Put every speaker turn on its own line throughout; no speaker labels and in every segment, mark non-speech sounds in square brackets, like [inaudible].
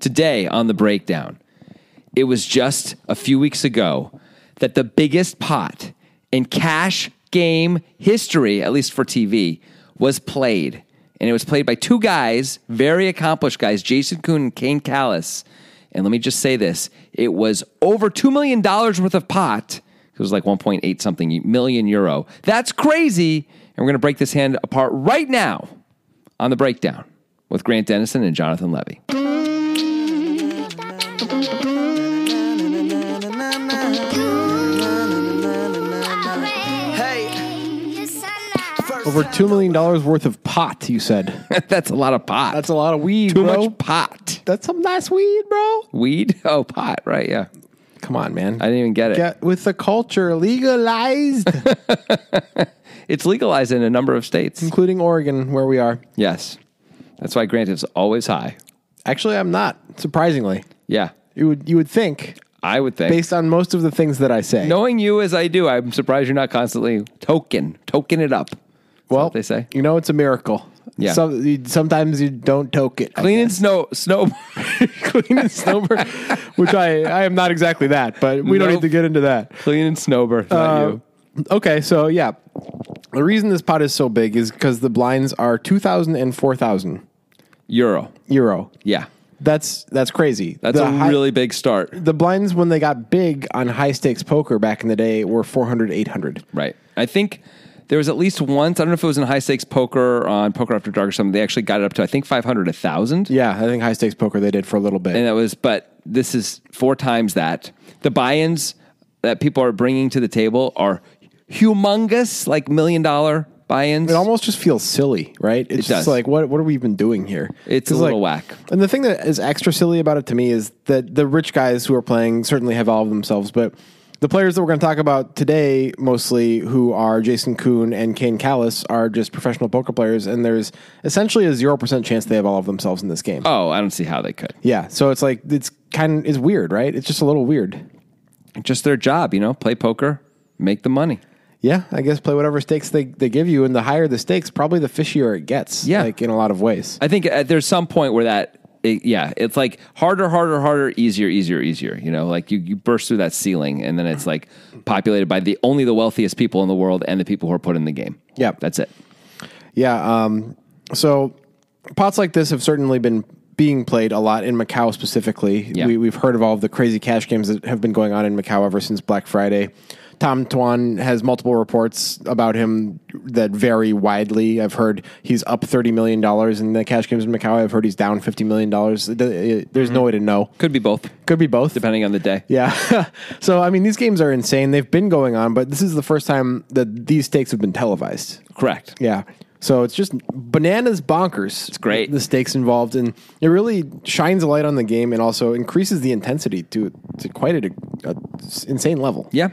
today on the breakdown. It was just a few weeks ago that the biggest pot in cash game history, at least for TV, was played. And it was played by two guys, very accomplished guys, Jason Kuhn and Kane Callis. And let me just say this it was over $2 million worth of pot. It was like 1.8 something million euro. That's crazy. And we're going to break this hand apart right now on the breakdown with Grant Dennison and Jonathan Levy.
Over $2 million worth of pot, you said.
That's a lot of pot.
[laughs] That's a lot of weed,
Too
bro.
much pot.
That's some nice weed, bro.
Weed? Oh, pot, right, yeah.
Come on, man.
I didn't even get it.
Get with the culture legalized,
It's legalized in a number of states.
[laughs] including Oregon, where we are.
Yes. That's why Grant is always high.
Actually, I'm not, surprisingly.
Yeah,
You would, you would think,
I would think.
based on most of the things that I say.
Knowing you as I do, I'm surprised you're not constantly token, token it up.
well,
what they say.
You know, it's a miracle.
Yeah.
Some, you, sometimes you don't toke it.
Clean and snow, snow. [laughs]
[laughs] clean and sober, which I, I am not exactly that, but we don't
Nope.
need to get into that.
Clean and snowbird. Not
Uh,
you.
okay, so yeah, the reason this pot is so big is because the blinds are two thousand and four thousand
Euro.
euro.
Yeah.
That's that's crazy.
That's
the
a
high-
really big start.
the blinds when they got big on high stakes poker back in the day were 400 800
Right. I think there was at least once, I don't know if it was in high stakes poker or on Poker After Dark or something, they actually got it up to, I think, 500, 1,000.
yeah i think high stakes poker they did for a little bit
and that was but this is four times that the buy-ins that people are bringing to the table are humongous like million dollar buy-ins
it almost just feels silly, right? It's just
does.
like what what have we been doing here?
It's a
'Cause,
little
like-
whack.
And the thing that is extra silly about it to me is that the rich guys who are playing certainly have all of themselves, but the players that we're going to talk about today, mostly who are Jason Kuhn and Kane Callis, are just professional poker players, and there's essentially a zero percent chance they have all of themselves in this game.
oh i don't see how they could
Yeah, so it's like it's kind of it's weird, right? It's just a little weird.
just their job you know play poker make the money
Yeah, I guess play whatever stakes they, they give you, and the higher the stakes, probably the fishier it gets.
Yeah.
like in a lot of ways.
i think uh, there's some point where that it, yeah it's like harder harder harder easier easier easier you know like you, you burst through that ceiling and then it's like populated by the only the wealthiest people in the world and the people who are put in the game
Yeah.
that's it
Yeah. Um, so pots like this have certainly been being played a lot in Macau specifically.
Yeah.
We, we've heard of all of the crazy cash games that have been going on in Macau ever since Black Friday. Tom Tuan has multiple reports about him that vary widely. I've heard he's up $30 million in the cash games in Macau. I've heard he's down $50 million. It- it- There's no way to know.
could be both
Could be both.
depending on the day
Yeah. [laughs] so, I mean, these games are insane. They've been going on, but this is the first time that these stakes have been televised.
correct
Yeah. So it's just bananas bonkers. It's
great.
The stakes involved, and it really shines a light on the game, and also increases the intensity to to quite a, a s- insane level.
yeah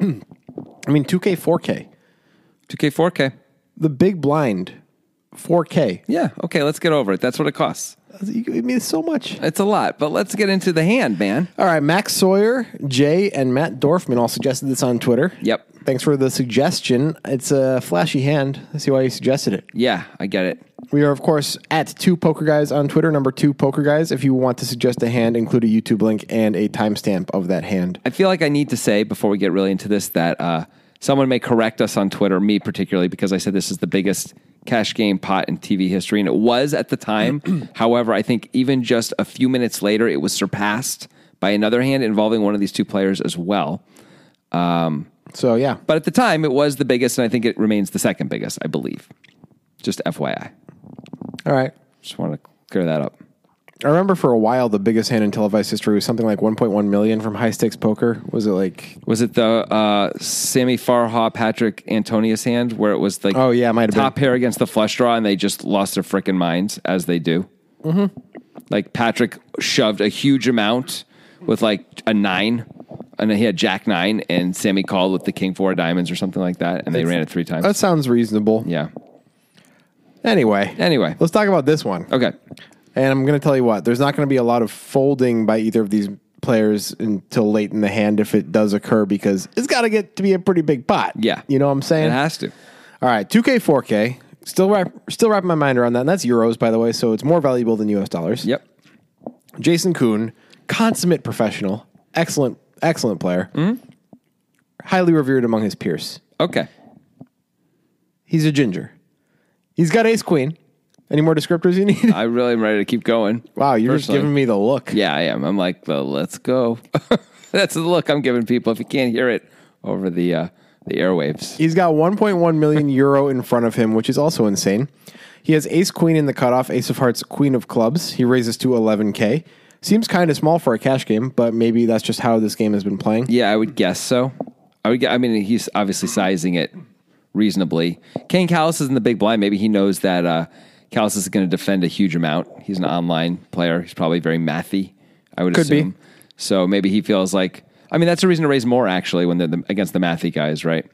I mean, 2K, 4K,
2k 4k
the big blind, 4K.
Yeah. Okay. Let's get over it. That's what it costs.
It means so much.
It's a lot, but let's get into the hand, man.
All right, Max Sawyer, Jay, and Matt Dorfman all suggested this on Twitter.
Yep.
Thanks for the suggestion. It's a flashy hand. I see why you suggested it.
Yeah, I get it.
We are, of course, at Two Poker Guys on Twitter, number Two Poker Guys. If you want to suggest a hand, include a YouTube link and a timestamp of that hand.
I feel like I need to say before we get really into this that uh, someone may correct us on Twitter, me particularly, because I said this is the biggest cash game pot in TV history, and it was at the time. However, I think even just a few minutes later, it was surpassed by another hand involving one of these two players as well.
So, yeah.
But at the time, it was the biggest, and I think it remains the second biggest, I believe. Just FYI.
All right.
Just want to clear that up.
I remember for a while the biggest hand in televised history was something like 1.1 million from high stakes poker. Was it like?
Was it the uh, Sammy Farha Patrick Antonius hand where it was like
Oh, yeah, it might have
top pair against the flush draw and they just lost their freaking minds as they do. Mm-hmm. Like Patrick shoved a huge amount with like a nine, and then he had Jack nine, and Sammy called with the King four of diamonds or something like that, and they ran it three times.
That sounds reasonable.
yeah.
Anyway.
Anyway.
Let's talk about this one.
Okay.
And I'm going to tell you what, there's not going to be a lot of folding by either of these players until late in the hand if it does occur because it's got to get to be a pretty big pot.
Yeah.
You know what I'm saying?
It has to.
All right, 2K, 4K. Still wrap, still wrapping my mind around that. And that's euros, by the way, so it's more valuable than US dollars.
Yep.
Jason Kuhn, consummate professional, excellent, excellent player, highly revered among his peers.
Okay.
He's a ginger. He's got ace queen. Any more descriptors you need?
I really am ready to keep going.
[laughs] wow, you're just
Uh, Personally.
giving me the look.
Yeah, I am. I'm like, well, let's go. [laughs] That's the look I'm giving people if you can't hear it over the uh, the airwaves.
He's got 1.1 million euro in front of him, which is also insane. He has ace queen in the cutoff, ace of hearts, queen of clubs. He raises to 11k. Seems kind of small for a cash game, but maybe that's just how this game has been playing.
Yeah, I would guess so. I would. gue- I mean, he's obviously sizing it reasonably. Kane Callis is in the big blind. Maybe he knows that uh, Callis is going to defend a huge amount. He's an online player. He's probably very mathy. I would
Could be.
assume. So maybe he feels like. I mean, that's a reason to raise more actually when they're the, against the mathy guys, right?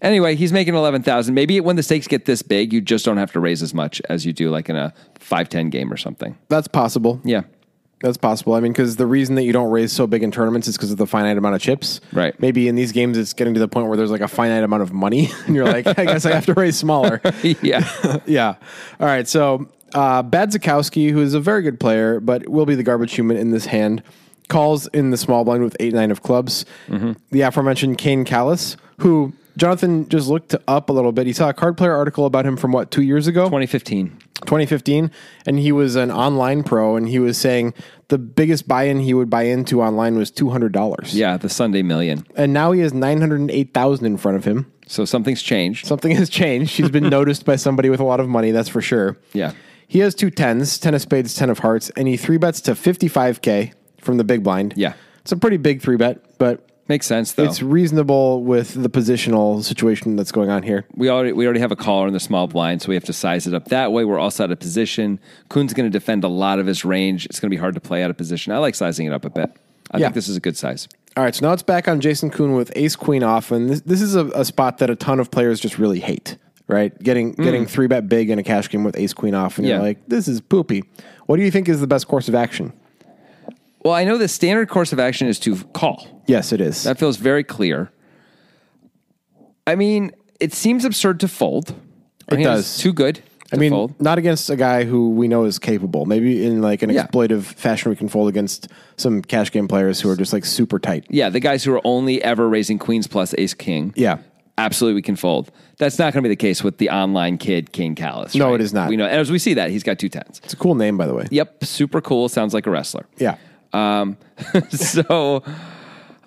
Anyway, he's making eleven thousand. Maybe when the stakes get this big, you just don't have to raise as much as you do, like in a 5-10 game or something.
That's possible.
Yeah. [laughs]
That's possible. I mean, because the reason that you don't raise so big in tournaments is because of the finite amount of chips.
Right.
Maybe in these games, it's getting to the point where there's like a finite amount of money, [laughs] and you're like, I guess I have to raise
[laughs]
smaller. [laughs]
yeah.
yeah. All right. So, uh, Bad Zakowski, who is a very good player, but will be the garbage human in this hand, calls in the small blind with 8 9 of clubs. The aforementioned Kane Callis, who Jonathan just looked up a little bit. He saw a card player article about him from what, two years ago?
2015.
2015 and he was an online pro and he was saying the biggest buy-in he would buy into online was $200
Yeah, the Sunday million.
and now he has 908000 in front of him
So something's changed.
something has changed
[laughs]
he's been noticed by somebody with a lot of money that's for sure
Yeah.
he has two tens 10 of spades 10 of hearts and he three bets to 55k from the big blind
Yeah. Oh.
it's a pretty big three bet but
Makes sense though.
it's reasonable with the positional situation that's going on here
we already we already have a caller in the small blind, so we have to size it up that way. We're also out of position. Kuhn's going to defend a lot of his range. It's going to be hard to play out of position. I like sizing it up a bit. I
Yeah.
think this is a good size.
All right, so now it's back on Jason Kuhn with Ace Queen off, and this, this is a, a spot that a ton of players just really hate. Right, getting getting three bet big in a cash game with Ace Queen off, and
Hmm. Yeah.
you're like, this is poopy. What do you think is the best course of action?
Well, I know the standard course of action is to call.
Yes, it is.
That feels very clear. I mean, it seems absurd to fold. Our
It
hand
does.
is too good.
I
to
mean,
fold.
not against a guy who we know is capable. Maybe in like an
Yeah.
exploitive fashion, we can fold against some cash game players who are just like super tight.
yeah, the guys who are only ever raising queens plus ace king.
Yeah.
absolutely we can fold. That's not going to be the case with the online kid King Callis.
No,
right?
it is not.
We know, and as we see that he's got two tens.
It's a cool name, by the way.
Yep, super cool. Sounds like a wrestler.
Yeah,
Um, [laughs] so,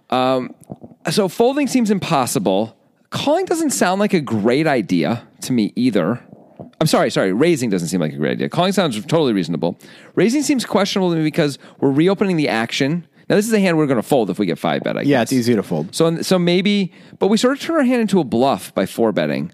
um, so folding seems impossible. Calling doesn't sound like a great idea to me either. I'm sorry, sorry. Raising doesn't seem like a great idea. Calling sounds totally reasonable. Raising seems questionable to me because we're reopening the action. Now, this is a hand we're going to fold if we get five bet. I
yeah,
guess.
it's easy to fold.
So, so maybe, but we sort of turn our hand into a bluff by four betting,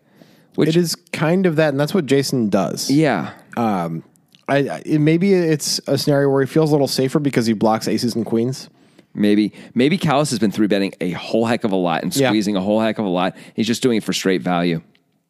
which
It is kind of that, and that's what Jason does.
yeah,
um, I, I it- maybe it's a scenario where he feels a little safer because he blocks aces and queens.
maybe maybe Callis has been three betting a whole heck of a lot and
Yeah.
squeezing a whole heck of a lot. He's just doing it for straight value.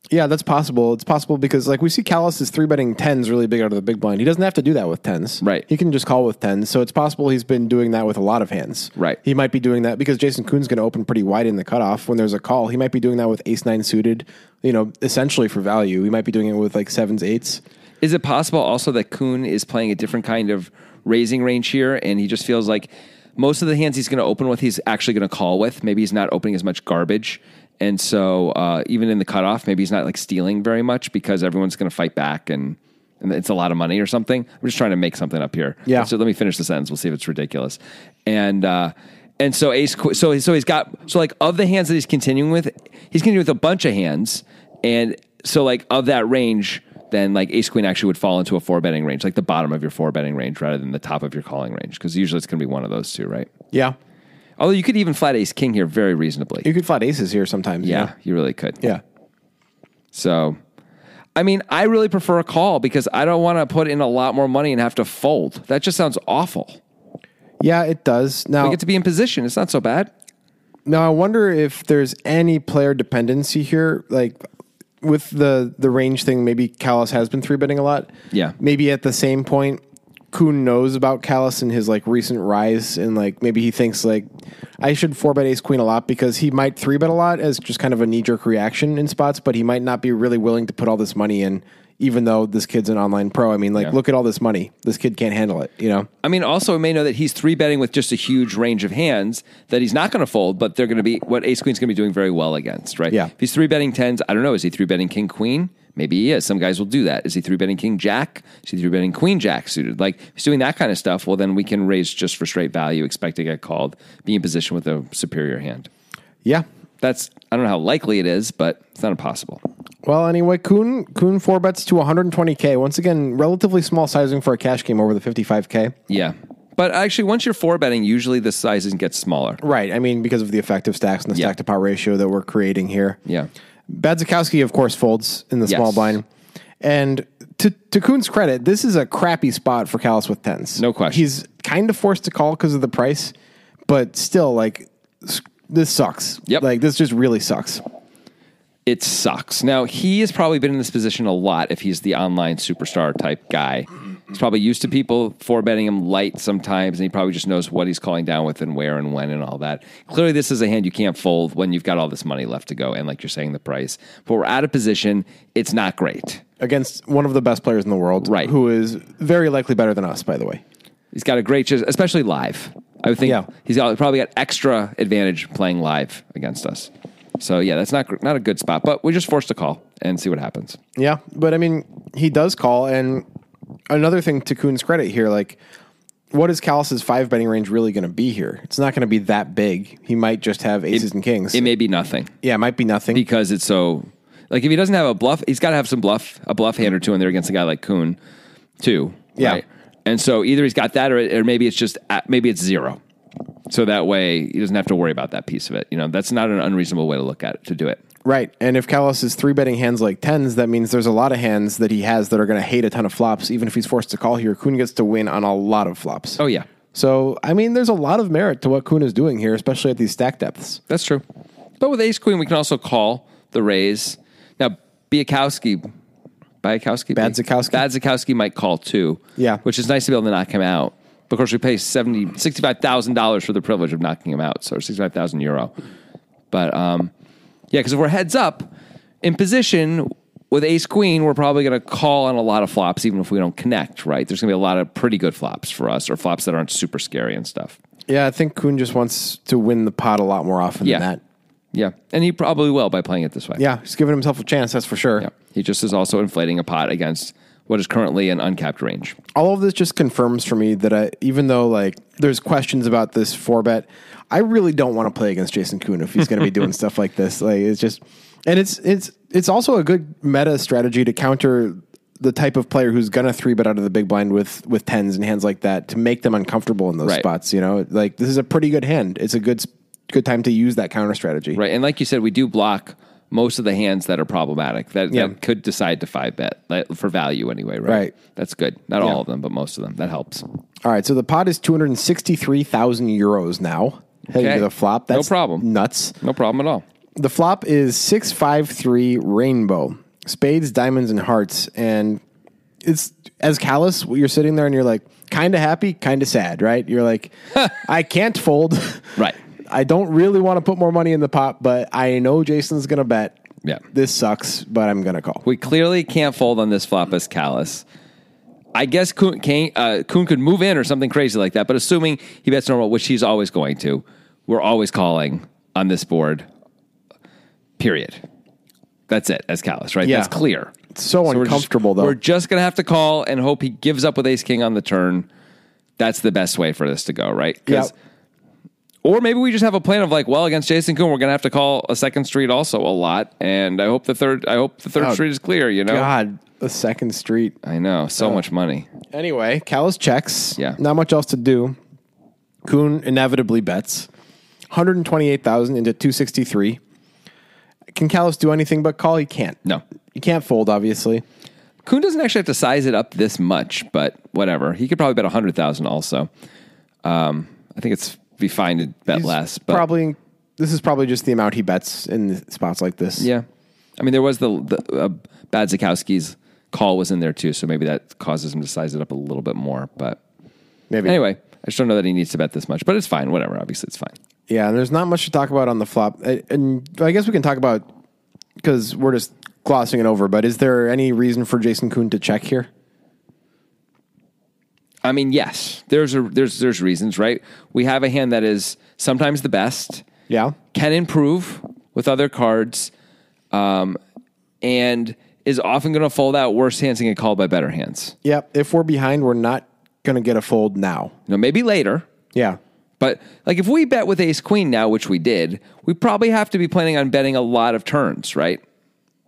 Yeah, that's possible. It's possible because like we see Callis is three betting tens really big out of the big blind. He doesn't have to do that with tens.
Right.
He can just call with tens. So it's possible he's been doing that with a lot of hands.
Right.
He might be doing that because Jason Kuhn's going to open pretty wide in the cutoff when there's a call. He might be doing that with ace nine suited, you know, essentially for value. He might be doing it with like sevens, eights.
Is it possible also that Kuhn is playing a different kind of raising range here, and he just feels like most of the hands he's going to open with, he's actually going to call with. Maybe he's not opening as much garbage, and so uh, even in the cutoff, maybe he's not like stealing very much because everyone's going to fight back and. And it's a lot of money or something. I'm just trying to make something up here.
Yeah.
So let me finish the sentence. We'll see if it's ridiculous. And uh, and so ace. que- So so he's got so like of the hands that he's continuing with, he's continuing with a bunch of hands. And so like of that range, then like ace queen actually would fall into a four betting range, like the bottom of your four betting range rather than the top of your calling range, because usually it's going to be one of those two, right?
Yeah.
Although you could even flat ace king here very reasonably.
You could flat aces here sometimes. you
yeah,
know?
you really could.
Yeah.
So, I mean, I really prefer a call because I don't want to put in a lot more money and have to fold. That just sounds awful.
Yeah, it does. Now
I get to be in position. It's not so bad.
Now I wonder if there's any player dependency here, like with the the range thing. Maybe Callis has been three betting a lot.
Yeah.
Maybe at the same point, Kuhn knows about Callis and his like recent rise, and like maybe he thinks like I should four bet Ace Queen a lot because he might three bet a lot as just kind of a knee jerk reaction in spots, but he might not be really willing to put all this money in even though this kid's an online pro. I mean, like,
Yeah.
look at all this money. This kid can't handle it, you know?
I mean, also, we may know that he's three betting with just a huge range of hands that he's not going to fold, but they're going to be what ace queen's going to be doing very well against, right?
Yeah.
If he's three betting tens, I don't know. Is he three betting king queen? Maybe he is. Some guys will do that. Is he three betting king jack? Is he three betting queen jack suited? Like, if he's doing that kind of stuff, well, then we can raise just for straight value, expect to get called, be in position with a superior hand.
Yeah.
That's, I don't know how likely it is, but it's not impossible.
Well, anyway, Kuhn, Kuhn four bets to 120K. Once again, relatively small sizing for a cash game over the 55K.
Yeah. But actually, once you're four betting, usually the sizes get smaller.
Right. I mean, because of the effective stacks and the
Yeah.
stack to power ratio that we're creating here.
Yeah.
Badzikowski, of course, folds in the
Yes.
small blind. And to, to Kuhn's credit, this is a crappy spot for Callis with tens.
No question.
He's kind of forced to call because of the price, but still, like, s- this sucks.
Yep.
Like, this just really sucks.
it sucks. Now, he has probably been in this position a lot if he's the online superstar type guy. He's probably used to people four betting him light sometimes, and he probably just knows what he's calling down with and where and when and all that. Clearly, this is a hand you can't fold when you've got all this money left to go, and like you're saying, the price. But we're out of position. It's not great.
Against one of the best players in the world,
Right.
who is very likely better than us, by the way.
He's got a great, especially live. I would think
Yeah.
he's got- probably got extra advantage playing live against us. So yeah, that's not gr- not a good spot, but we're just forced to call and see what happens.
Yeah, but I mean, he does call. And another thing to Kuhn's credit here, like, what is Callis's five betting range really going to be here? It's not going to be that big. He might just have aces and kings.
It may be nothing.
yeah, it might be nothing.
because it's so like if he doesn't have a bluff, he's got to have some bluff, a bluff hand or two in there against a guy like Kuhn, too.
Yeah.
And so either he's got that, or, or maybe it's just at, maybe it's zero. So that way he doesn't have to worry about that piece of it. You know, that's not an unreasonable way to look at it to do it.
Right. And if Callis is three betting hands like tens, that means there's a lot of hands that he has that are going to hate a ton of flops, even if he's forced to call here. Kuhn gets to win on a lot of flops.
Oh yeah,
So, I mean, there's a lot of merit to what Kuhn is doing here, especially at these stack depths.
that's true. But with Ace Queen, we can also call the raise. Now Biakowski, Biakowski,
Badzikowski?
Badzikowski might call too.
Yeah.
which is nice to be able to knock him out. But of course, we pay 70 $65,000 for the privilege of knocking him out, so 65,000 euro. But um, yeah, because if we're heads up in position with ace queen, we're probably going to call on a lot of flops, even if we don't connect, right? There's going to be a lot of pretty good flops for us or flops that aren't super scary and stuff.
Yeah, I think Kuhn just wants to win the pot a lot more often
Yeah.
than that.
Yeah. And he probably will by playing it this way.
Yeah, he's giving himself a chance, that's for sure.
Yeah. He just is also inflating a pot against what is currently an uncapped range.
all of this just confirms for me that I, even though like there's questions about this four bet, I really don't want to play against Jason Kuhn if he's going to
[laughs]
be doing stuff like this. Like it's just, and it's it's it's also a good meta strategy to counter the type of player who's going to three bet out of the big blind with with tens and hands like that to make them uncomfortable in those
Right.
spots. You know, like this is a pretty good hand. It's a good s- good time to use that counter strategy.
Right. And like you said, we do block most of the hands that are problematic that,
Yeah.
that could decide to five bet like, for value anyway, right?
Right.
That's good. Not all of them, but most of them. That helps.
All right, so the pot is two hundred sixty three thousand euros now. Heading
Okay.
to the flop.
No
That's
problem.
Nuts.
No problem at all.
The flop is six five three rainbow spades, diamonds, and hearts, and it's as callous. You're sitting there and you're like, kind of happy, kind of sad, right? You're like,
[laughs]
I can't fold,
Right.
I don't really want to put more money in the pot, but I know Jason's gonna bet.
Yeah.
this sucks, but I'm gonna call.
We clearly can't fold on this flop as callous. I guess Kuhn, can, uh, Kuhn could move in or something crazy like that, but assuming he bets normal, which he's always going to, we're always calling on this board, period. That's it as callous, right?
Yeah.
That's clear.
It's
So
so,
we're just-
uncomfortable though.
We're just gonna have to call and hope he gives up with ace king on the turn. That's the best way for this to go, right? 'Cause-
Yep.
Or maybe we just have a plan of like, well, against Jason Kuhn, we're gonna have to call a second street also a lot, and I hope the third, I hope the third
Oh,
street is clear. You know,
God, the second street.
I know so much money.
Anyway, Callis checks.
Yeah.
Not much else to do. Kuhn inevitably bets. 128,000 into 263. Can Callis do anything but call? He can't.
No,
He can't fold, obviously.
Kuhn doesn't actually have to size it up this much, but whatever. He could probably bet a hundred thousand also. Um, I think it's be fine to bet
He's
less, but
Probably, this is probably just the amount he bets in spots like this.
Yeah, I mean, there was the, the uh, Bad Zikowski's call was in there too, so maybe that causes him to size it up a little bit more. But
Maybe.
anyway, I just don't know that he needs to bet this much, but it's fine. Whatever, obviously it's fine.
Yeah, and there's not much to talk about on the flop. And- And I guess we can talk about because we're just glossing it over, but is there any reason for Jason Kuhn to check here?
I mean, yes, there's a, there's there's reasons, right? We have a hand that is sometimes the best,
Yeah.
can improve with other cards, um, and is often going to fold out worse hands and get called by better hands.
Yep. If we're behind, we're not going to get a fold now.
You know, maybe later,
Yeah.
but like if we bet with Ace Queen now, which we did, we probably have to be planning on betting a lot of turns, right?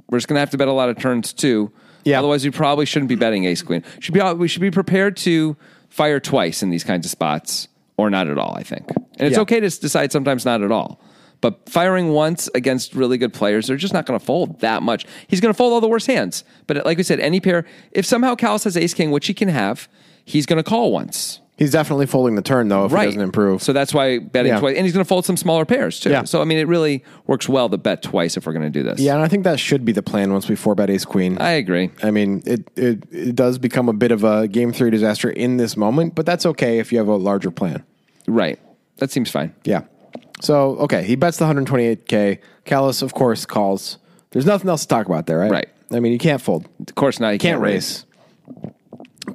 We're just going to have to bet a lot of turns too.
Yeah.
Otherwise, we probably shouldn't be betting Ace Queen. Should be we should be prepared to fire twice in these kinds of spots, or not at all. I think, and it's
Yeah.
okay to s- decide sometimes not at all. But firing once against really good players, they're just not going to fold that much. He's going to fold all the worst hands. But like we said, any pair, if somehow Callis has Ace King, which he can have, he's going to call once
He's definitely folding the turn, though, if he doesn't improve.
so that's why betting
Yeah.
twice, and he's going to fold some smaller pairs too.
Yeah.
So I mean, it really works well to bet twice if we're going to do this.
yeah, and I think that should be the plan once we four bet ace queen.
I agree.
I mean, it, it it does become a bit of a game three disaster in this moment, but that's okay if you have a larger plan.
Right, that seems fine.
Yeah. So okay, he bets the 128k. Callis, of course, calls. There's nothing else to talk about there, right?
Right.
I mean, you can't fold,
Of course, now you
can't raise.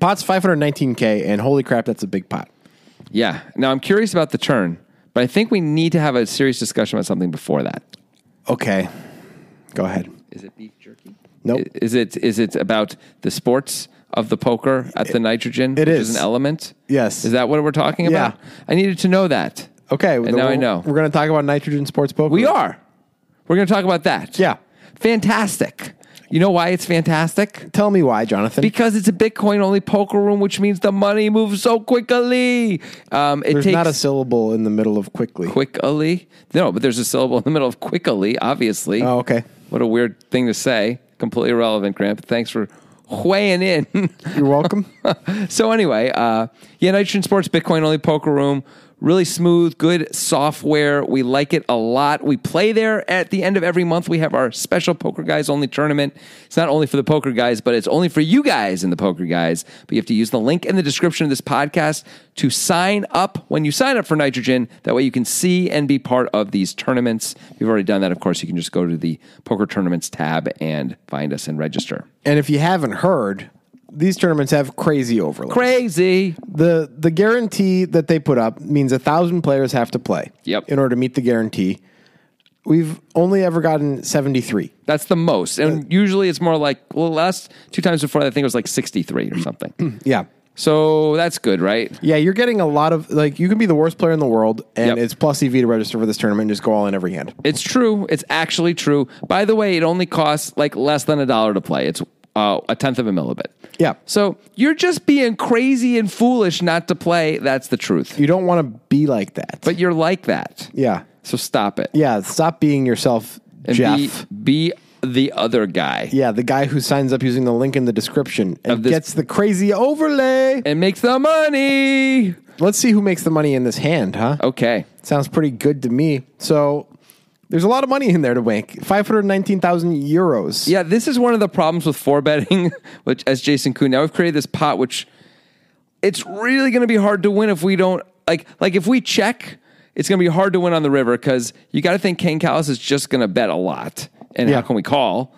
Pot's 519k, and holy crap, that's a big pot.
Yeah. Now I'm curious about the turn, but I think we need to have a serious discussion about something before that.
Okay, go ahead.
Is it beef jerky?
Nope.
Is it is it about the sports of the poker at the nitrogen? which
it is.
an element.
Yes.
Is that what we're talking
Yeah.
about? I needed to know that.
Okay, then
now I
we'll-
know.
We're going to talk about nitrogen sports poker.
We are. We're going to talk about that.
Yeah.
Fantastic. You know why it's fantastic?
Tell me why, Jonathan.
Because it's a Bitcoin only poker room, which means the money moves so quickly. Um, it
There's
takes
not a syllable in the middle of quickly.
quickly. No, but there's a syllable in the middle of quickly, obviously.
Oh, okay.
What a weird thing to say. Completely irrelevant, Grant. But thanks for weighing in. [laughs]
You're welcome.
so anyway, uh, yeah, Nitrogen Sports Bitcoin only poker room. Really smooth, good software. We like it a lot. We play there at the end of every month. We have our special Poker Guys Only tournament. It's not only for the poker guys, but it's only for you guys in the poker guys. But you have to use the link in the description of this podcast to sign up when you sign up for Nitrogen. That way you can see and be part of these tournaments. We've already done that, of course. You can just go to the poker tournaments tab and find us and register.
and if you haven't heard, these tournaments have crazy overlaps.
Crazy.
the the guarantee that they put up means a thousand players have to play.
Yep.
In order to meet the guarantee, we've only ever gotten seventy three.
That's the most. And usually it's more like, well, last two times before, that, I think it was like 63 or something.
Yeah.
so that's good, right?
Yeah, you're getting a lot of like you can be the worst player in the world, and
Yep.
it's plus EV to register for this tournament. and Just go all in every hand.
It's true. It's actually true. By the way, it only costs like less than a dollar to play. It's uh, a tenth of a millibit.
Yeah.
So you're just being crazy and foolish not to play. That's the truth.
You don't want to be like that.
But you're like that.
yeah,
So stop it.
yeah. Stop being yourself,
And
Jeff.
Be, be the other guy.
yeah, the guy who signs up using the link in the description and
this-
gets the crazy overlay.
And makes the money.
Let's see who makes the money in this hand, huh?
Okay.
Sounds pretty good to me. So there's a lot of money in there to make. 519,000 euros.
Yeah, this is one of the problems with four betting, [laughs] which as Jason Kuhn. Now we've created this pot, which it's really going to be hard to win if we don't like like if we check. It's going to be hard to win on the river because you got to think Ken Callis is just going to bet a lot, and
Yeah.
how can we call?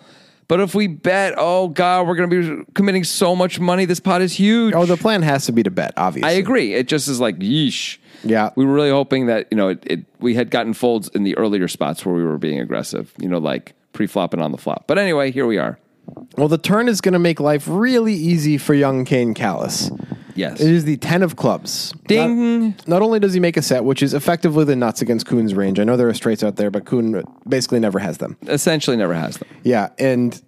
But if we bet, oh god, we're going to be committing so much money. This pot is huge.
Oh, the plan has to be to bet, obviously.
I agree. It just is like yeesh.
Yeah.
we were really hoping that you know it, it. We had gotten folds in the earlier spots where we were being aggressive. You know, like pre-flop and on the flop. But anyway, here we are.
Well, the turn is going to make life really easy for young Kane Callis.
Yes.
It is the 10 of clubs.
Ding.
Not, not only does he make a set, which is effectively the nuts against Kuhn's range. I know there are straights out there, but Kuhn basically never has them.
essentially never has them.
Yeah, and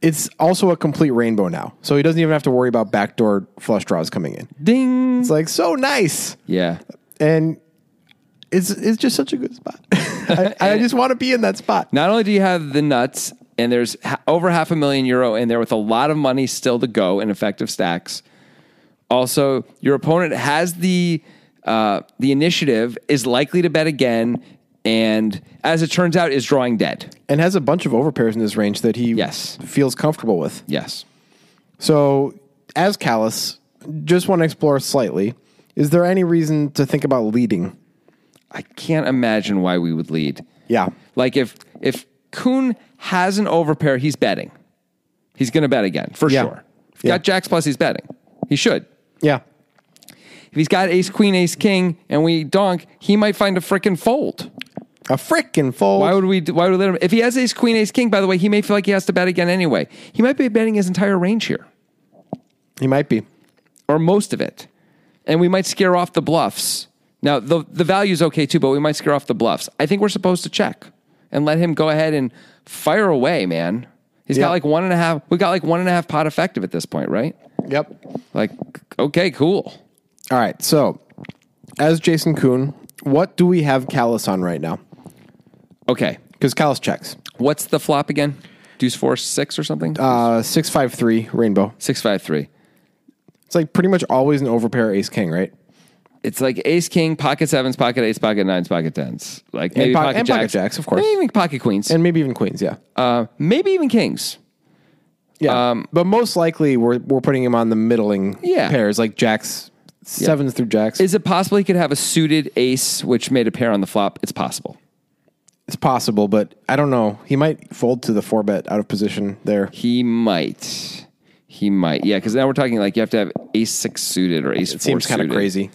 it's also a complete rainbow now. So he doesn't even have to worry about backdoor flush draws coming in.
Ding.
It's like so nice.
Yeah.
and it's it's just such a good spot. [laughs] I, I just want to be in that spot.
Not only do you have the nuts, and there's ha- over half a million euro in there with a lot of money still to go in effective stacks. Also, your opponent has the uh, the initiative, is likely to bet again, and as it turns out, is drawing dead.
And has a bunch of overpairs in his range that he
Yes.
feels comfortable with.
Yes.
So, as Callus, just want to explore slightly. Is there any reason to think about leading?
I can't imagine why we would lead.
Yeah.
Like if if Kuhn has an overpair, he's betting. He's going to bet again for
Yeah.
sure. If
Yeah.
Got jacks plus, he's betting. He should.
Yeah.
If he's got ace queen, ace king, and we donk, he might find a freaking fold.
A frickin' fold.
Why would we? Why would we let him? If he has ace queen, ace king, by the way, he may feel like he has to bet again anyway. He might be betting his entire range here,
he might be.
or most of it, and we might scare off the bluffs. Now the the value's okay too, but we might scare off the bluffs. I think we're supposed to check and let him go ahead and fire away, man. He's
Yeah.
got like one and a half. We got like one and a half pot effective at this point, right?
Yep.
Like, okay, cool.
All right. So, as Jason Kuhn, what do we have Callus on right now?
Okay,
Because Callus checks.
what's the flop again? Deuce four six or something?
Uh, 653 rainbow.
six five three.
It's like pretty much always an overpair ace king, right?
it's like ace king, pocket sevens, pocket eights, pocket nines, pocket tens. Like maybe
po-
pocket,
and
jacks.
pocket jacks, of course.
Maybe even pocket queens.
And maybe even queens, yeah.
uh, maybe even kings.
yeah. but most likely we're, we're putting him on the middling
Yeah.
pairs, like jacks, sevens through jacks.
Is it possible he could have a suited ace, which made a pair on the flop? It's possible.
it's possible, but I don't know. He might fold to the four bet out of position there.
He might. He might. Yeah, because now we're talking like you have to have ace six suited or ace four
Seems kind of
suited
crazy.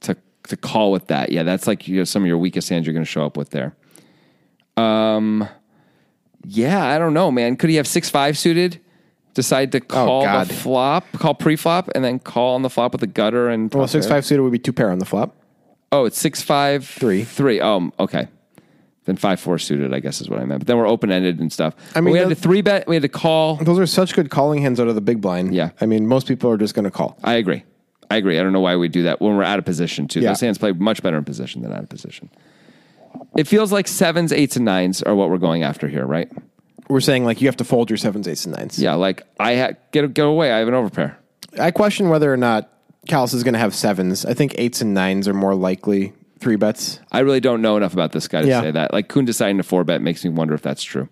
to to call with that. Yeah, that's like you know, some of your weakest hands you're going to show up with there. Um, yeah, I don't know, man. Could he have six five suited? Decide to call
Oh, God.
the flop, call pre-flop, and then call on the flop with a gutter and
Well, six five suited would be two pair on the flop.
Oh, it's six five
Three.
three. Oh, okay. Then five four suited, I guess is what I meant. But then we're open ended and stuff. I
mean,
mean, we had
the-
to three bet. We had to call.
Those are such good calling hands out of the big blind.
Yeah.
I mean, most people are just going to call.
I agree. I agree. I don't know why we do that when we're out of position too.
Yeah.
Those hands play much better in position than out of position. It feels like sevens, eights, and nines are what we're going after here, right?
We're saying like you have to fold your sevens, eights, and nines.
Yeah, like I ha- get go away. I have an overpair.
I question whether or not Callis is going to have sevens. I think eights and nines are more likely three bets.
I really don't know enough about this guy to
Yeah.
say that. Like Kuhn deciding to four bet makes me wonder if that's true.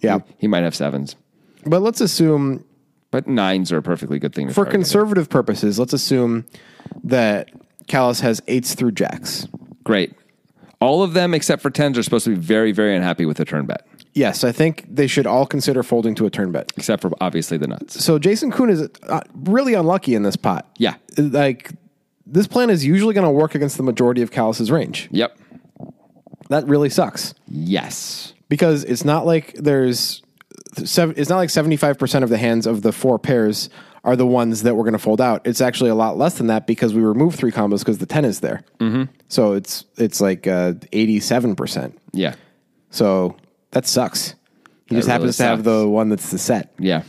Yeah.
He might have sevens,
But let's assume
but nines are a perfectly good thing to
for
target.
conservative purposes, let's assume that Callis has eights through jacks.
Great. All of them except for tens are supposed to be very, very unhappy with the turn bet,
Yes, I think they should all consider folding to a turn bet.
except for obviously the nuts.
So Jason Kuhn is uh, really unlucky in this pot.
Yeah.
Like this plan is usually going to work against the majority of Callis's range.
Yep.
That really sucks.
Yes.
because it's not like there's seven, it's not like 75% of the hands of the four pairs are the ones that we're going to fold out. It's actually a lot less than that because we remove three combos because the 10 is there. Mm-hmm. So it's, it's like uh, 87%.
Yeah.
So that sucks. He just
really
happens to have
sucks.
the one that's the set.
Yeah.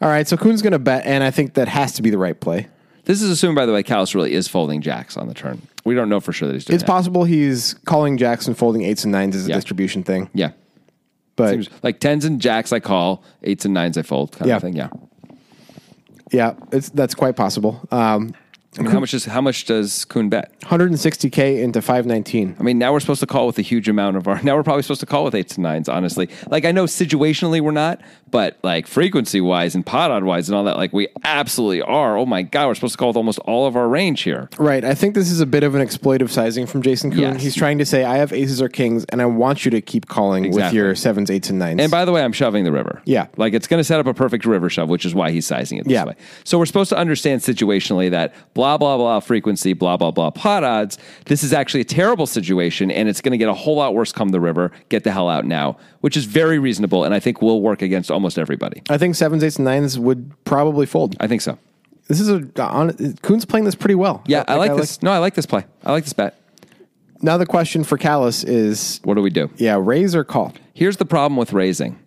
All right. So Kuhn's going to bet. And I think that has to be the right play.
This is assuming, by the way, Callus really is folding jacks on the turn. We don't know for sure that he's doing
It's
that.
possible he's calling jacks and folding eights and nines as a
Yeah.
distribution thing,
yeah.
but
Seems- Like tens and jacks I call, eights and nines I fold kind
Yeah.
of thing. Yeah.
yeah, it's that's quite possible. Um,
I mean, how much is how much does Kuhn bet?
160k into 519.
I mean, now we're supposed to call with a huge amount of our [laughs] now we're probably supposed to call with eights and nines, honestly. Like I know situationally we're not, but like frequency wise and pot odd wise and all that, like we absolutely are. Oh my god, we're supposed to call with almost all of our range here.
Right. I think this is a bit of an exploitive sizing from Jason Kuhn.
Yes.
He's trying to say, I have aces or kings, and I want you to keep calling with
Exactly.
your sevens, eights, and nines.
And by the way, I'm shoving the river.
Yeah.
Like it's going to set up a perfect river shove, which is why he's sizing it this
Yeah.
way. So we're supposed to understand situationally that blah, blah, blah, frequency, blah, blah, blah, pot odds. This is actually a terrible situation and it's going to get a whole lot worse come the river. Get the hell out now, which is very reasonable. And I think will work against almost everybody.
I think sevens, eights, and nines would probably fold.
I think so.
This is a on, Kuhn's playing this pretty well.
Yeah, I, like this. no, I like this play. I like this bet.
Now the question for Callis is,
What do we do?
yeah, raise or call?
Here's the problem with raising.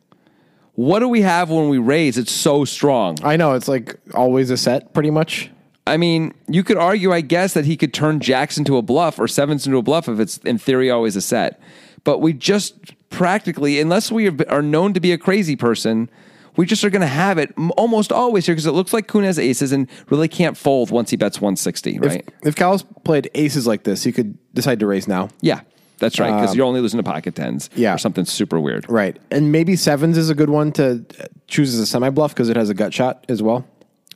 What do we have when we raise? It's so strong.
I know it's like always a set, pretty much.
I mean, you could argue, I guess, that he could turn jacks into a bluff or sevens into a bluff if it's in theory always a set. But we just practically, unless we are- are known to be a crazy person, we just are going to have it m- almost always here because it looks like Kuhn has aces and really can't fold once he bets 160, right?
If Callis played aces like this, he could decide to raise now.
yeah, that's right. Because you're only losing to pocket tens
Um, yeah.
or something super weird.
Right. And maybe sevens is a good one to uh, choose as a semi bluff because it has a gut shot as well.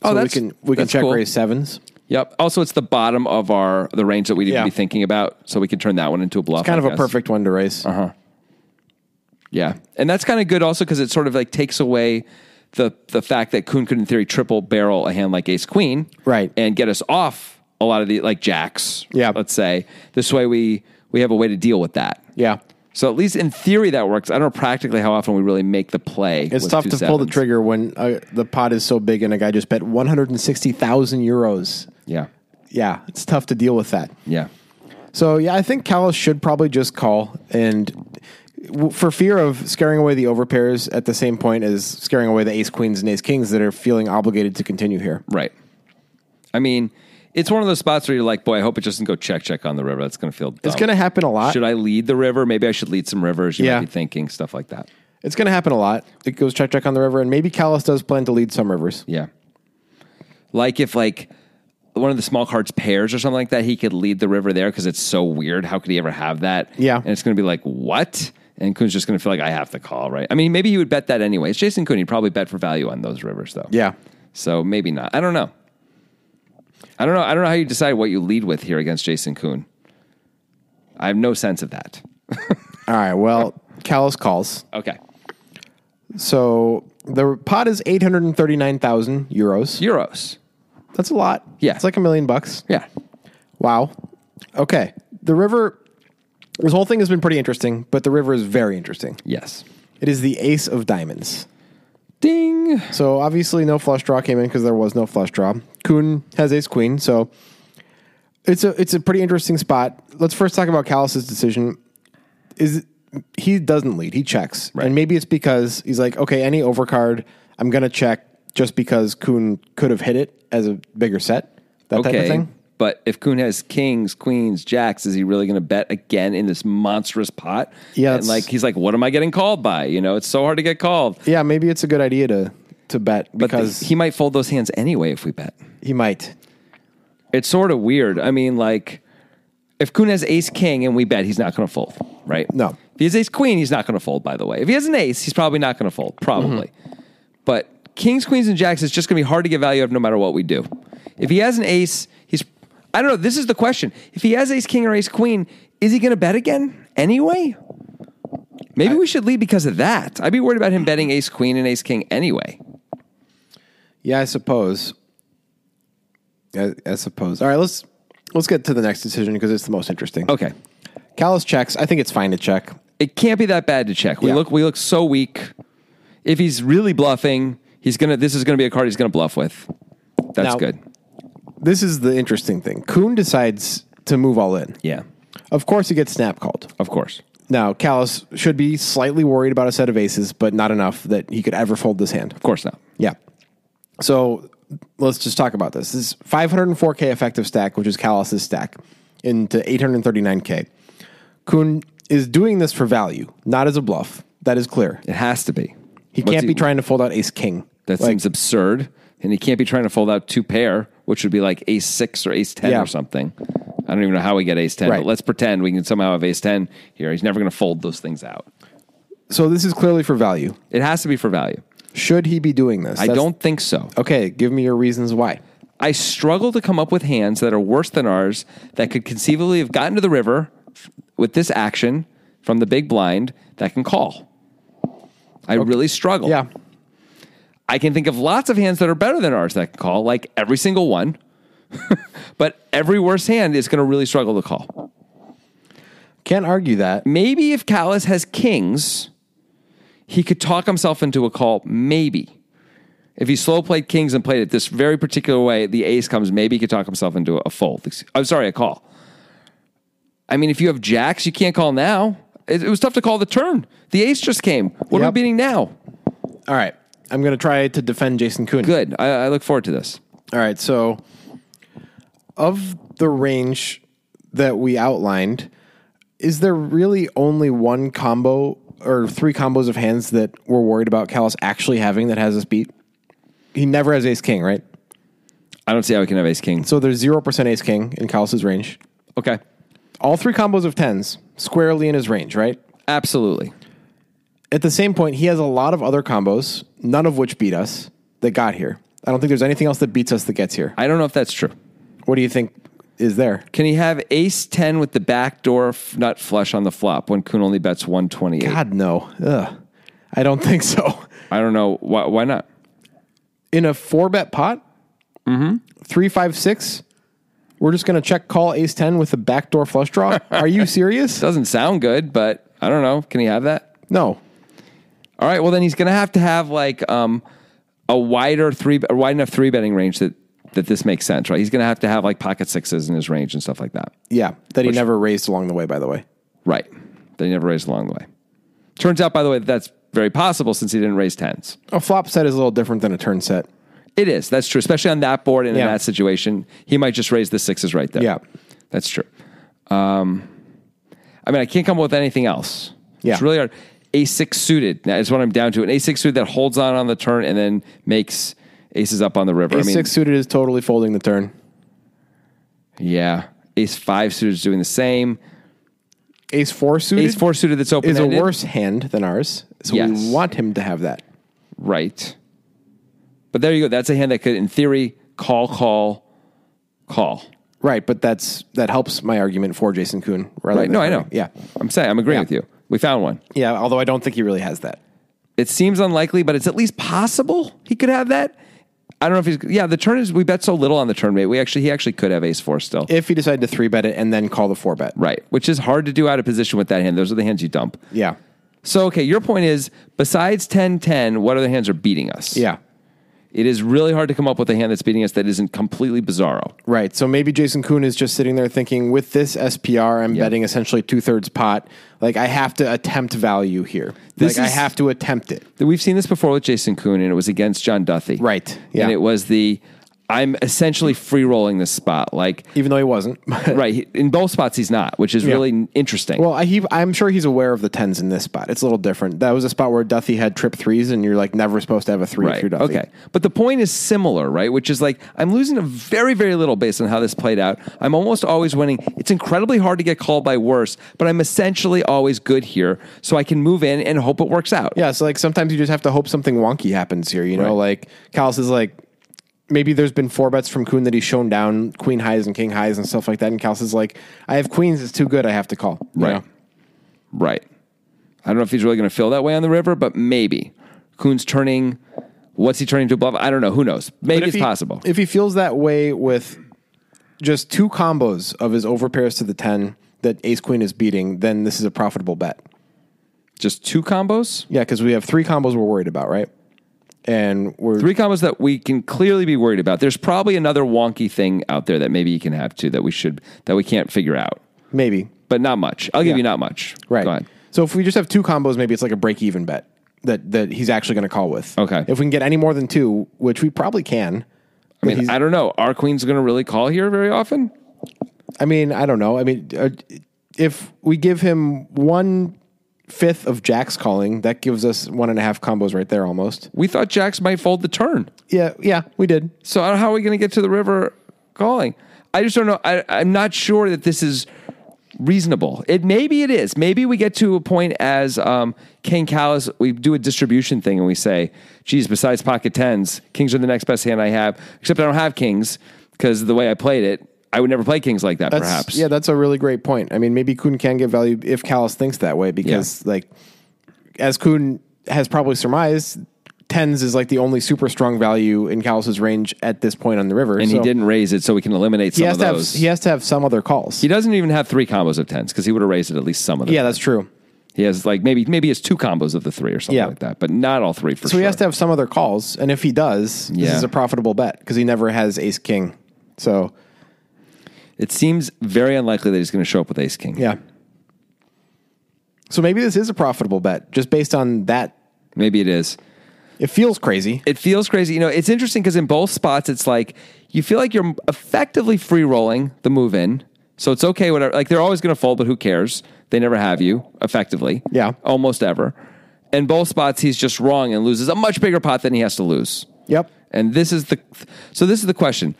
Oh,
so
that's-
we can we can
that's
check
cool.
raise sevens.
Yep. Also, it's the bottom of our the range that we need
Yeah.
to be thinking about, so we can turn that one into a bluff.
Kind
I
of a
guess.
perfect one to raise.
Yeah, and that's kind of good also because it sort of like takes away the the fact that Kuhn could in theory triple barrel a hand like Ace Queen,
Right.
and get us off a lot of the like jacks.
Yeah.
let's say this way we we have a way to deal with that.
Yeah.
So at least in theory that works. I don't know practically how often we really make the play.
It's tough to pull the trigger when uh, the pot is so big and a guy just bet 160,000 euros.
Yeah,
Yeah, it's tough to deal with that.
yeah,
So yeah, I think Callis should probably just call and w- for fear of scaring away the overpairs at the same point as scaring away the ace queens and ace kings that are feeling obligated to continue here.
right. I mean, it's one of those spots where you're like, boy, I hope it doesn't go check check on the river. That's going to feel. Dumb.
It's going to happen a lot.
Should I lead the river? Maybe I should lead some rivers. You
Yeah.
might be thinking stuff like that.
It's going to happen a lot. It goes check check on the river, and maybe Callis does plan to lead some rivers.
Yeah. Like if like one of the small cards pairs or something like that, he could lead the river there because it's so weird. How could he ever have that?
Yeah.
And it's going to be like, what? And Kuhn's just going to feel like I have to call, right? I mean, maybe he would bet that anyway. It's Jason Kuhn. He'd probably bet for value on those rivers, though.
Yeah.
So maybe not. I don't know. I don't know. I don't know how you decide what you lead with here against Jason Kuhn. I have no sense of that.
All right. Well, Callis calls.
Okay.
So the pot is eight hundred and thirty nine thousand euros.
Euros.
That's a lot.
Yeah.
it's like a million bucks.
Yeah.
Wow. Okay. The river. This whole thing has been pretty interesting, but the river is very interesting.
Yes.
It is the ace of diamonds.
Ding.
So obviously no flush draw came in because there was no flush draw. Kuhn has ace queen, so it's a it's a pretty interesting spot. Let's first talk about Callus's decision. Is he doesn't lead, he checks. And maybe it's because he's like, okay, any overcard, I'm gonna check just because Kuhn could have hit it as a bigger set. That type of thing.
But if Kuhn has kings, queens, jacks, is he really going to bet again in this monstrous pot?
Yeah,
And
it's-
like, he's like, what am I getting called by? You know, it's so hard to get called.
Yeah, maybe it's a good idea to to bet
But th-
because
he might fold those hands anyway if we bet.
he, might.
It's sort of weird. I mean, like, if Kuhn has ace king and we bet, he's not going to fold, right?
No.
If he has ace queen, he's not going to fold, by the way. If he has an ace, he's probably not going to fold, probably. But kings, queens, and jacks is just going to be hard to get value of no matter what we do. If he has an ace, he's, I don't know, this is the question. If he has ace king or ace queen, is he going to bet again anyway? Maybe we should lead because of that. I'd be worried about him betting ace queen and ace king anyway.
Yeah, I suppose. I, I suppose. All right, let's let's get to the next decision because it's the most interesting.
Okay.
Callus checks. I think it's fine to check.
it can't be that bad to check. We
Yeah.
look we look so weak. If he's really bluffing, he's gonna this is gonna be a card he's gonna bluff with. That's
Now-
good.
This is the interesting thing. Kuhn decides to move all in.
Yeah.
Of course, he gets snap called.
Of course.
Now, Callus should be slightly worried about a set of aces, but not enough that he could ever fold this hand.
Of course not.
Yeah. So let's just talk about this. This is 504K effective stack, which is Callus's stack, into 839K. Kuhn is doing this for value, not as a bluff. That is clear.
It has to be.
He
What's
can't be trying to fold out ace king.
that
Like,
seems absurd. And he can't be trying to fold out two pair, which would be like ace six or ace ten
Yeah.
or something. I don't even know how we get ace ten,
Right.
but let's pretend we can somehow have ace ten here. He's never gonna fold those things out.
so this is clearly for value.
It has to be for value.
Should he be doing this?
I
That's-
don't think so.
Okay, give me your reasons why.
I struggle to come up with hands that are worse than ours that could conceivably have gotten to the river with this action from the big blind that can call. I really struggle.
Yeah.
I can think of lots of hands that are better than ours that can call, like every single one. [laughs] but every worse hand is going to really struggle to call.
Can't argue that.
Maybe if Callis has kings, he could talk himself into a call, maybe. If he slow played kings and played it this very particular way, the ace comes, maybe he could talk himself into a fold. Ex- I'm sorry, a call. I mean, if you have jacks, you can't call now. It, it was tough to call the turn. The ace just came. What are
Yep.
we beating now?
All right. I'm going to try to defend Jason Kuhn.
Good. I, I look forward to this.
All right. So, of the range that we outlined, is there really only one combo or three combos of hands that we're worried about Callus actually having that has us beat? He never has ace king, right?
I don't see how we can have ace king.
So there's 0% ace king in Callus's range.
Okay.
All three combos of tens squarely in his range, right?
Absolutely.
at the same point, he has a lot of other combos, none of which beat us that got here. I don't think there's anything else that beats us that gets here.
I don't know if that's true.
What do you think? is there.
Can he have ace 10 with the backdoor f- nut flush on the flop when Kuhn only bets 128?
God no, Ugh. I don't [laughs] think so.
I don't know. Why, why not?
In a four bet pot,
Mm-hmm.
three five six. We're just gonna check call ace ten with a backdoor flush draw.
[laughs]
Are you serious?
Doesn't sound good, but I don't know. Can he have that?
No.
All right. Well, then he's going to have to have like um, a wider three, a wide enough three betting range that, that this makes sense, right? He's going to have to have like pocket sixes in his range and stuff like that.
Yeah, that he never raised along the way. By the way,
Right. That he never raised along the way. Turns out, by the way, that that's very possible since he didn't raise tens.
a flop set is a little different than a turn set.
It is. That's true, especially on that board and in
Yeah.
that situation. He might just raise the sixes right there.
Yeah.
that's true. Um, I mean, I can't come up with anything else.
Yeah.
it's really hard. A six suited. Now is what I'm down to. An a six suited that holds on on the turn and then makes aces up on the river.
Ace
I mean,
six suited is totally folding the turn.
yeah. Ace five suited is doing the same.
Ace four suited
Ace four suited that's open
is a worse hand than ours, so
Yes.
we want him to have that.
Right. But there you go. That's a hand that could, in theory, call, call, call.
Right, but that's that helps my argument for Jason Kuhn. Rather
Right.
than
No, I know.
Yeah,
I'm saying I'm agreeing
Yeah.
with you. We found one.
yeah. Although I don't think he really has that.
It seems unlikely, but it's at least possible he could have that. I don't know if he's yeah. The turn is we bet so little on the turn mate. We actually he actually could have ace four still,
If he decided to three bet it and then call the four bet.
right? Which is hard to do out of position with that hand. Those are the hands you dump.
Yeah,
So okay, your point is besides 10-10, what other hands are beating us?
yeah.
it is really hard to come up with a hand that's beating us that isn't completely bizarro.
Right. So maybe Jason Kuhn is just sitting there thinking, with this SPR, I'm
Yeah.
betting essentially two thirds pot. Like I have to attempt value here.
This
like
is-
I have to attempt it.
We've seen this before with Jason Kuhn, and it was against John Duffy,
Right, yeah.
And it was the I'm essentially free rolling this spot,
[laughs]
like
Even though he wasn't.
right he- in both spots he's not, which is
Yeah.
really interesting.
Well, I, he, I'm sure he's aware of the tens in this spot. It's a little different. That was a spot where Duffy had trip threes, and you're like never supposed to have a three if
Right.
you're Duffy.
Okay. But the point is similar, right? Which is like I'm losing a very, very little based on how this played out. I'm almost always winning. It's incredibly hard to get called by worse, but I'm essentially always good here, so I can move in and hope it works out.
Yeah. So like sometimes you just have to hope something wonky happens here. You know, like Callis is like maybe there's been four bets from Kuhn that he's shown down queen highs and king highs and stuff like that, and Callis is like, I have queens. It's too good. I have to call. you
Right.
know?
Right. I don't know if he's really going to feel that way on the river, but maybe. Kuhn's turning. What's he turning to a bluff? I don't know. Who knows? Maybe
But
it's
if he-
possible.
If he feels that way with just two combos of his overpairs to the 10 that ace queen is beating, then this is a profitable bet.
Just two combos?
Yeah, because we have three combos we're worried about, right? And we're
Three combos that we can clearly be worried about. There's probably another wonky thing out there that maybe he can have too that we should that we can't figure out.
maybe
But not much. I'll give
Yeah.
you not much.
right.
Go on.
So if we just have two combos, maybe it's like a break even bet that that he's actually going to call with.
Okay.
If we can get any more than two, which we probably can.
I mean,
he's-
I don't know. Are queens going to really call here very often?
I mean, I don't know. I mean, uh, if we give him one fifth of Jack's calling, that gives us one and a half combos right there almost.
We thought jacks might fold the turn.
Yeah, yeah, we did.
So I don't- how are we going to get to the river calling? I just don't know. I, I'm not sure that this is reasonable. It maybe it is. Maybe we get to a point as um, King Callis, we do a distribution thing and we say, "Geez, besides pocket tens, kings are the next best hand I have." Except I don't have kings because the way I played it, I would never play kings like that.
That's-
perhaps.
Yeah, that's a really great point. I mean, maybe Kuhn can get value if Callis thinks that way because, like, as Kuhn has probably surmised, tens is like the only super strong value in Callis's range at this point on the river.
And he didn't raise it, so we can eliminate some
He has
of
to have.
those.
He has to have some other calls.
He doesn't even have three combos of tens because he would have raised it at least some of them.
yeah, that's true.
He has like maybe maybe he has two combos of the three or something
Yeah.
like that, but not all three for
So
sure.
he has to have some other calls, and if he does,
Yeah.
this is a profitable bet because he never has Ace King. So
It seems very unlikely that he's going to show up with ace king.
yeah. So maybe this is a profitable bet just based on that.
Maybe it is.
It feels crazy.
It feels crazy. You know, it's interesting because in both spots, it's like you feel like you're effectively free rolling the move in. So it's okay, whatever. Like they're always going to fold, but who cares? They never have you effectively.
Yeah.
Almost ever. In both spots, he's just wrong and loses a much bigger pot than he has to lose.
Yep.
And this is the so this is the question.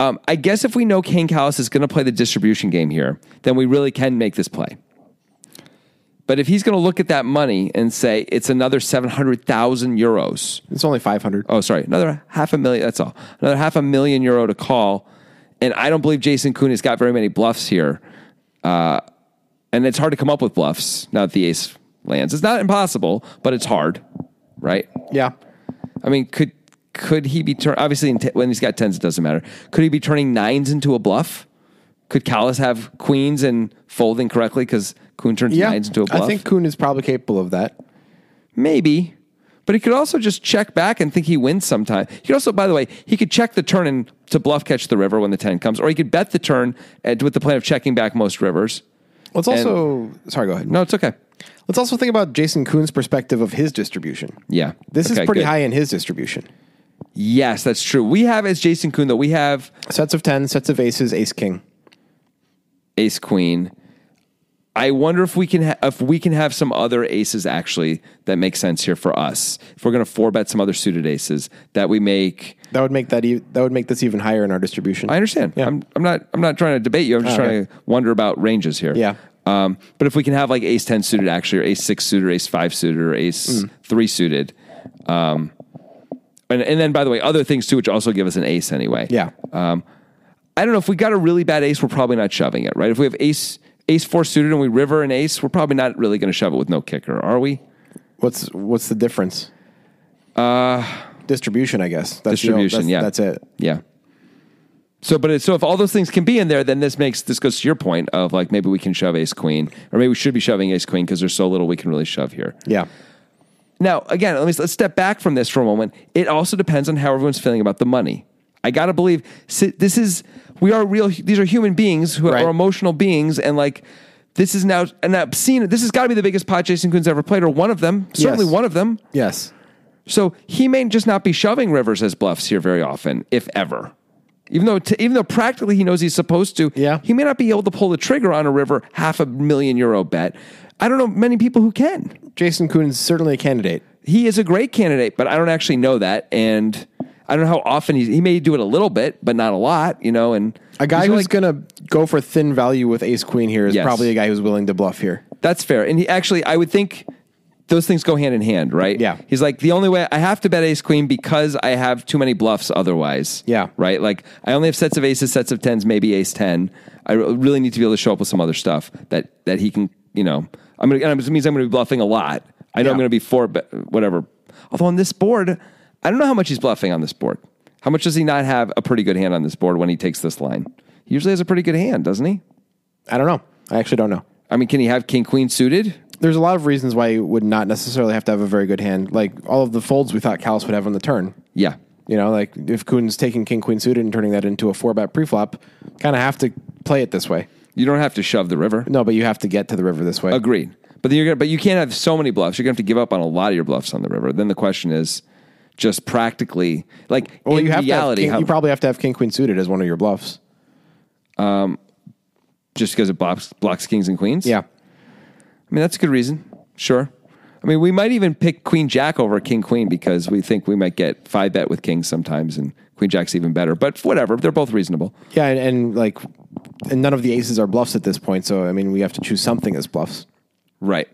Um, I guess if we know Kane Callis is going to play the distribution game here, then we really can make this play. But if he's going to look at that money and say it's another seven hundred thousand euros,
It's only five hundred.
oh sorry, another half a million. That's all. Another half a million euro to call, And I don't believe Jason Kuhn has got very many bluffs here. Uh, and it's hard to come up with bluffs now that the ace lands. It's not impossible, but it's hard, right?
Yeah.
I mean, could could he be turn? Obviously, in t- when he's got tens, it doesn't matter. Could he be turning nines into a bluff? Could Callis have queens and folding correctly because Kuhn turns
Yeah.
nines into a bluff?
I think Kuhn is probably capable of that.
Maybe. But he could also just check back and think he wins sometime. He could also, by the way, he could check the turn and to bluff catch the river when the 10 comes, or he could bet the turn and with the plan of checking back most rivers.
Let's also sorry, go ahead.
No, it's okay.
Let's also think about Jason Kuhn's perspective of his distribution.
Yeah.
This
Okay,
is pretty
good.
high in his distribution.
Yes, that's true. We have, as Jason Kuhn, though, we have
Sets of ten, sets of aces, ace king.
ace queen. I wonder if we can ha- if we can have some other aces actually that make sense here for us. If we're going to four bet some other suited aces that we make
That would make that e- that would make this even higher in our distribution.
I understand.
Yeah.
I'm, I'm not. I'm not trying to debate you. I'm just
Oh,
trying
okay.
to wonder about ranges here.
Yeah.
Um, but if we can have like ace ten suited actually, or ace six suited, or ace five suited, or
Hmm.
ace three suited, um, and and then by the way, other things too, which also give us an ace anyway.
Yeah.
Um, I don't know if we got a really bad ace, we're probably not shoving it, right? If we have ace ace four suited and we river an ace, we're probably not really going to shove it with no kicker, are we?
What's what's the difference? Uh, distribution, I guess. That's the o-
distribution. yeah,
that's, that's it.
Yeah. So, but it, so if all those things can be in there, then this makes this goes to your point of like maybe we can shove ace queen, or maybe we should be shoving ace queen because there's so little we can really shove here.
Yeah,
Now, again, let me let's step back from this for a moment. It also depends on how everyone's feeling about the money. I gotta believe si- this is we are real. These are human beings who
Right.
are emotional beings, and like this is now an obscene. This has got to be the biggest pot Jason Coon's ever played, or one of them. Certainly
Yes.
one of them.
yes,
So he may just not be shoving Rivers as bluffs here very often, if ever. Even though, t- even though practically he knows he's supposed to,
Yeah.
he may not be able to pull the trigger on a river half a million euro bet. I don't know many people who can.
Jason Kuhn is certainly a candidate.
He is a great candidate, but I don't actually know that, and I don't know how often he he may do it a little bit, but not a lot, you know. And
A guy
these are
who's
like-
gonna go for thin value with ace queen here is
Yes.
probably a guy who's willing to bluff here.
That's fair. And he actually, I would think those things go hand in hand, right?
Yeah.
He's like, the only way I have to bet ace queen because I have too many bluffs otherwise.
Yeah.
Right? Like, I only have sets of aces, sets of tens, maybe ace 10. I re- really need to be able to show up with some other stuff that, that he can, you know, I'm going to, and it means I'm going to be bluffing a lot. I know
Yeah.
I'm going to be four, bet whatever. Although on this board, I don't know how much he's bluffing on this board. How much does he not have a pretty good hand on this board when he takes this line? He usually has a pretty good hand, doesn't he?
I don't know. I actually don't know.
I mean, can he have king queen suited?
There's a lot of reasons why you would not necessarily have to have a very good hand. Like all of the folds we thought Callis would have on the turn.
Yeah.
You know, like if Kuhn's taking king queen suited and turning that into a four bet preflop, kind of have to play it this way.
You don't have to shove the river.
No, but you have to get to the river this way.
Agreed. But then you're gonna, but you can't have so many bluffs. You're gonna have to give up on a lot of your bluffs on the river. Then the question is, just practically, like
Well,
in
you have
reality,
to have king,
how,
you probably have to have king queen suited as one of your bluffs.
just because it blocks blocks kings and queens.
Yeah.
I mean that's a good reason. Sure. I mean we might even pick queen jack over king queen because we think we might get five bet with kings sometimes, and queen jack's even better. But whatever, they're both reasonable.
Yeah, and, and like and none of the aces are bluffs at this point, so I mean we have to choose something as bluffs.
Right.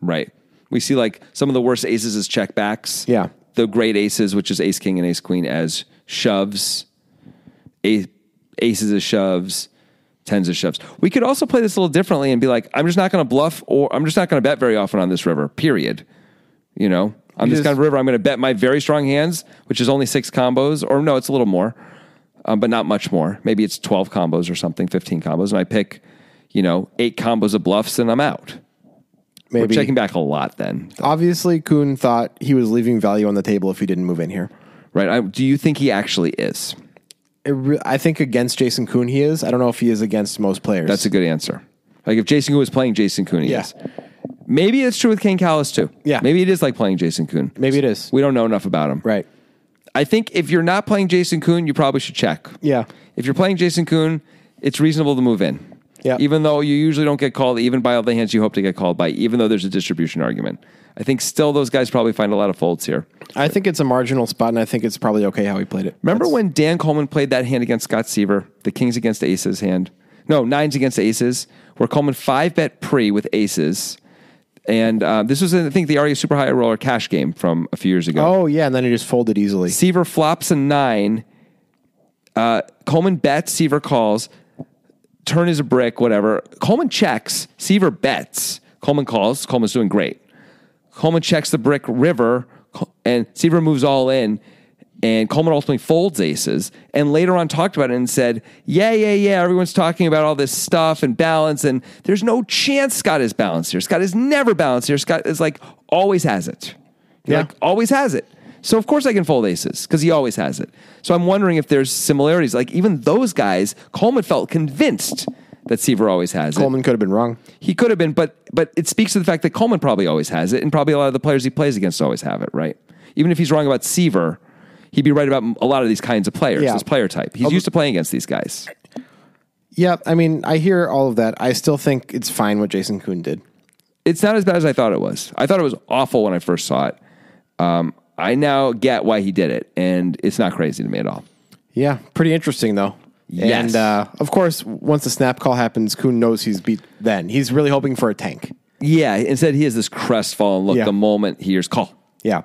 Right. We see like some of the worst aces as checkbacks.
Yeah.
The great aces, which is ace king and ace queen, as shoves. Ace, aces as shoves. Tens as shoves. We could also play this a little differently and be like, I'm just not going to bluff or I'm just not going to bet very often on this river, period. You know, on
You
this
just-
kind of river, I'm going to bet my very strong hands, which is only six combos, or no, it's a little more, um, but not much more. Maybe it's 12 combos or something, 15 combos. And I pick, you know, eight combos of bluffs and I'm out.
Maybe
We're checking back a lot then,
obviously Kuhn thought he was leaving value on the table if he didn't move in here.
right? I, do you think he actually is?
It re- I think against Jason Kuhn he is. I don't know if he is against most players.
That's a good answer. Like if Jason Kuhn was playing Jason Kuhn, he
Yeah.
is. Maybe it's true with Kane Callis too.
Yeah.
Maybe it is like playing Jason Kuhn.
Maybe it is.
We don't know enough about him.
right.
I think if you're not playing Jason Kuhn, you probably should check.
Yeah.
If you're playing Jason Kuhn, it's reasonable to move in.
Yeah.
Even though you usually don't get called, even by all the hands you hope to get called by, even though there's a distribution argument. I think still those guys probably find a lot of folds here.
I think it's a marginal spot and I think it's probably okay how he played it.
Remember
That's-
when Dan Coleman played that hand against Scott Seaver, the Kings against Aces hand? No, nines against Aces, where Coleman five bet pre with Aces. And uh, this was, I think, the RU Super High Roller cash game from a few years ago.
Oh yeah, and then he just folded easily.
Seaver flops a nine Uh, Coleman bets, Seaver calls. Turn is a brick, whatever. Coleman checks, Seaver bets. Coleman calls. Coleman's doing great. Coleman checks the brick river, Co- and Seaver moves all in. And Coleman ultimately folds aces and later on talked about it and said, Yeah, yeah, yeah, everyone's talking about all this stuff and balance. And there's no chance Scott is balanced here. Scott is never balanced here. Scott is like always has it. He,
Yeah.
Like always has it. So of course I can fold aces because he always has it. So I'm wondering if there's similarities. Like even those guys, Coleman felt convinced that Seaver always has it.
Coleman could have been wrong.
He could have been, but but it speaks to the fact that Coleman probably always has it, and probably a lot of the players he plays against always have it, right? Even if he's wrong about Seaver, he'd be right about a lot of these kinds of players,
Yeah.
this player type. He's used to playing against these guys.
Yeah, I mean, I hear all of that. I still think it's fine what Jason Kuhn did.
It's not as bad as I thought it was. I thought it was awful when I first saw it. Um, I now get why he did it, and it's not crazy to me at all.
Yeah, pretty interesting though.
Yes.
And uh, of course, once the snap call happens, Kuhn knows he's beat. Then he's really hoping for a tank.
Yeah, instead he has this crestfallen look
Yeah.
the moment he hears call.
Yeah,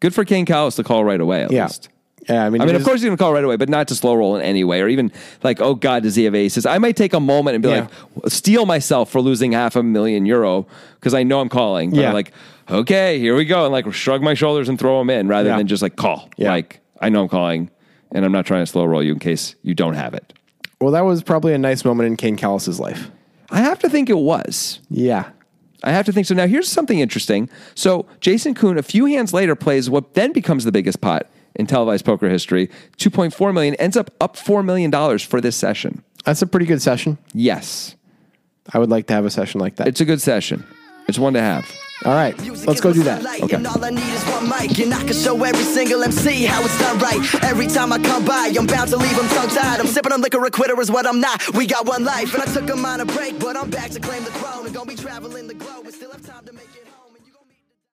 Good for Kane Callis to call right away, at
yeah,
least.
yeah. I mean,
I
it
mean, of
is-
course he's going to call right away, but not to slow roll in any way, or even like, oh God, does he have aces? I might take a moment and be
Yeah.
like, steal myself for losing half a million euro because I know I'm calling. But
Yeah.
I'm like, okay, here we go, and like shrug my shoulders and throw them in rather
Yeah.
than just like call.
Yeah.
Like I know I'm calling, and I'm not trying to slow roll you in case you don't have it.
Well, that was probably a nice moment in Kane Callis's life.
I have to think it was.
Yeah,
I have to think so. Now, here's something interesting. So, Jason Kuhn, a few hands later, plays what then becomes the biggest pot in televised poker history 2.4 million, ends up up $4 million for this session.
that's a pretty good session.
Yes,
I would like to have a session like that.
it's a good session. It's one to have.
all right, let's go do that.
Okay.
Okay. And all I need is one mic, and I can show every single MC how it's done right. Every time I come by, I'm bound to leave them tongue tied. I'm sipping on liquor, a quitter is what I'm not. We got one life, and I took a minor break, but I'm back to claim the throne. And gonna be traveling the globe, and still have time to.